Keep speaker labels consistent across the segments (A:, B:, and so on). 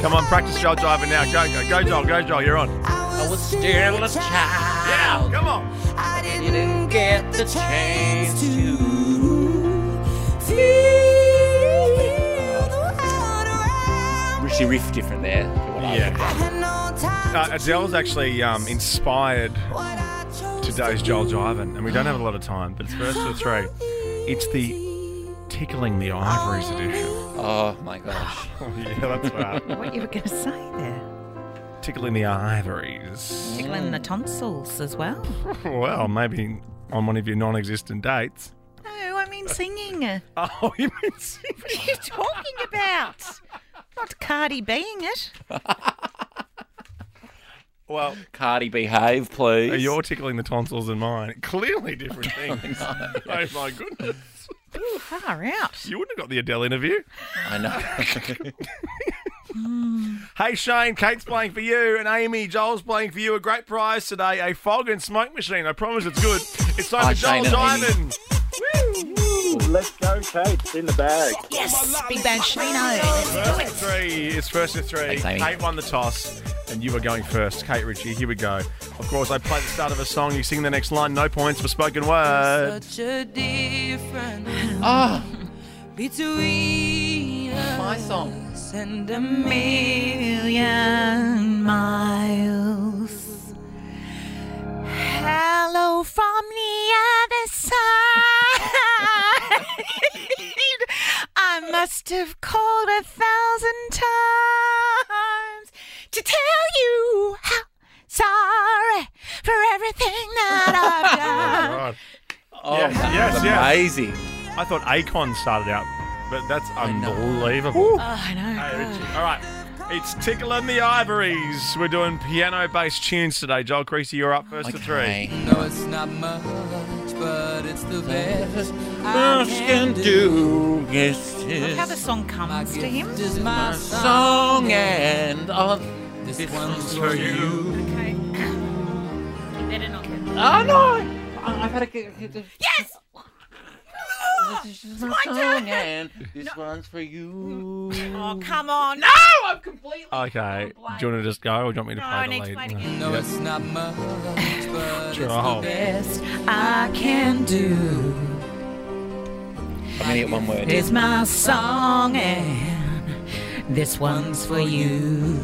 A: Come on, practice your driving now. Go, go, go, Joel. Go, Joel. You're on.
B: I was still a
A: Yeah,
B: child.
A: come on.
C: I didn't
B: Didn't get the chance to.
C: feel the world around.
B: She riffed different there. than what I did.
A: Yeah.
C: I had no time
A: Uh, Adele's actually um, inspired
C: what I chose
A: today's
C: to
A: Joel
C: do.
A: Jiven, and we don't have a lot of time, but it's first to three. It's the tickling the ivories edition.
B: Oh my gosh.
A: yeah, that's right.
D: What you were going to say there?
A: tickling the ivories.
D: Tickling the tonsils as well.
A: Well, maybe on one of your non-existent dates.
D: No, I mean singing. What
A: Oh, you mean singing?
D: are you talking about? Not Cardi being it.
A: Well,
B: Cardi, behave, please.
A: you're tickling the tonsils and mine. Clearly different things. oh my goodness.
D: Far out.
A: You wouldn't have got the Adele interview.
B: I know.
A: Hey Shane, Kate's playing for you, and Amy, Joel's playing for you. A great prize today, a fog and smoke machine. I promise it's good. It's time
B: Hi,
A: for Joel
B: Shane and Amy.
A: Diamond.
E: Let's go, Kate. It's in the bag.
D: Yes, Big Bang Shino.
A: First to three. It's first to three.
B: Thanks, Amy.
A: Kate won the toss, and you are going first. Kate Ritchie, here we go. Of course, I play the start of a song, you sing the next line, no points for spoken word.
C: Such a difference
B: oh,
C: between
B: my song.
C: us and a million
D: Million miles. Hello from the other side. I must have called a thousand times to tell you how sorry for everything that I've done.
A: Right.
B: Oh,
A: Yes,
B: that
A: yes,
B: was
A: yes.
B: amazing.
A: I thought Akon started out, but that's
B: know.
A: unbelievable.
D: Oh, I know.
A: Hey,
D: God.
A: Richie. All right. It's Tickle and the Ivories. We're doing piano based tunes today. Joel Creasy, you're up first to three.
B: Okay.
F: No, it's not much, but it's the best I
B: Much
F: can
B: can
F: do.
B: do. Yes,
D: Look how the
B: yes.
D: song
F: My
D: comes to him.
F: gift is my song.
B: Song and oh,
F: This,
B: this
F: one's for you.
D: Okay. you better not get
B: Oh no! I, I've had a good.
D: Yes!
B: My song and this one's for you.
D: Oh, come on. No!
B: I'm completely.
A: Okay. Do you want to just go or do you want me to
D: No,
A: play
D: I
A: the
D: need to
A: lead?
D: play it again.
F: No, it's not much, but it's the
A: Joel.
F: best
D: I can do
B: I'm gonna get one word.
D: is my song, and this one's for you.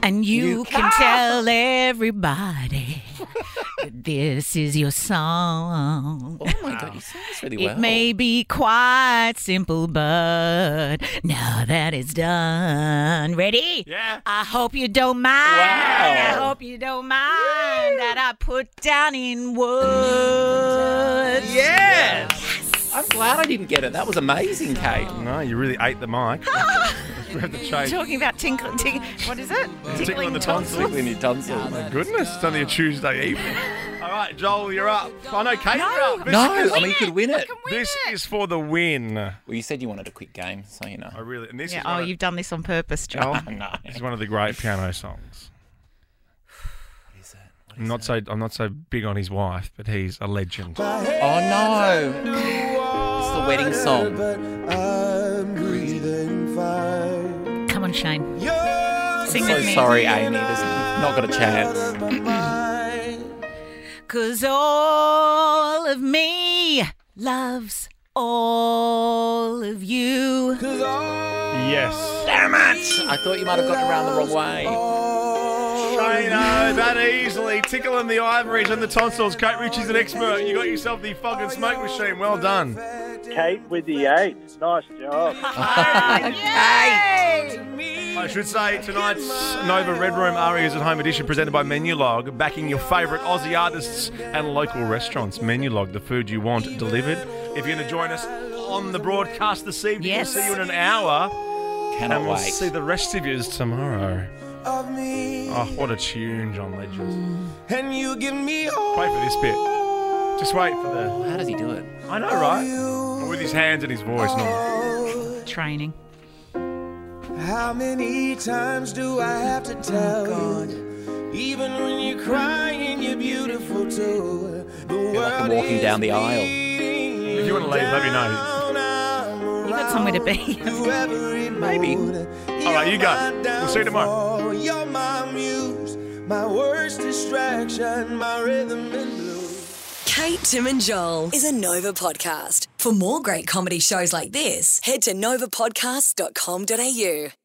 D: And you, can tell everybody that this is your song.
B: Oh my god, you sing this really well.
D: It may be quite simple, but now that it's done, ready?
A: Yeah.
D: I hope you don't mind. I hope you don't mind that I put down in words.
B: Yes! I'm glad I didn't get it. That was amazing, Kate.
A: No, you really ate the mic. we have to change.
D: Talking about tinkling, tinkling what is it?
A: Tickling the tonsils.
B: Tickling your tonsils.
A: My goodness, it's only a Tuesday evening. All right, Joel, you're up. I know Kate, you're up. This,
B: No,
A: is,
B: I mean you could win it.
A: this is for the win. I
B: Well, you said you wanted a quick game, so you know.
A: really, and this
D: Yeah,
A: is,
D: oh,
A: one of,
D: you've done this on purpose, Joel.
B: No.
A: this is one of the great piano songs. I'm not so I'm not so big on his wife, but he's a legend.
B: Oh no! It's the wedding song.
G: But I'm breathing fine.
D: Come on, Shane.
G: You're
D: Sing
B: Oh. So
D: with me.
B: sorry, Amy. There's not got a chance.
G: my mind.
D: Cause all of me loves all of you.
A: Yes.
B: Damn it! I thought you might have gotten around the wrong way.
A: Shano, that easily. Tickling the ivories and the tonsils. Kate Ritchie's an expert. You got yourself the fucking smoke machine. Well done.
E: Kate with the eight. Nice job.
A: I should say tonight's Nova Red Room Arias at Home edition presented by Menulog, backing your favourite Aussie artists and local restaurants. Menulog, the food you want delivered. If you're going to join us on the broadcast this evening,
D: Yes.
A: we'll see you in an hour.
B: Cannot
A: and we'll
B: wait.
A: see the rest of yous tomorrow.
G: Of me.
A: Oh, what a tune, John Legend.
G: And you give me
A: Wait for this bit. Just wait for the.
B: How does he do it?
A: I know, right? With his hands and his voice. Not...
G: all.
D: Training.
G: How many times do I have to tell you? Even when you're crying, you're beautiful too. The
B: like I'm
G: world
B: walking
G: is
B: down the aisle.
G: beating
A: If you wanna leave, let me know.
G: down. I'm
D: You got got somewhere to be.
G: Maybe.
A: All right, you go. We'll see you tomorrow.
G: You're my muse, my worst distraction, my rhythm and blues.
H: Kate, Tim, and Joel is a Nova podcast. For more great comedy shows like this, head to novapodcast.com.au.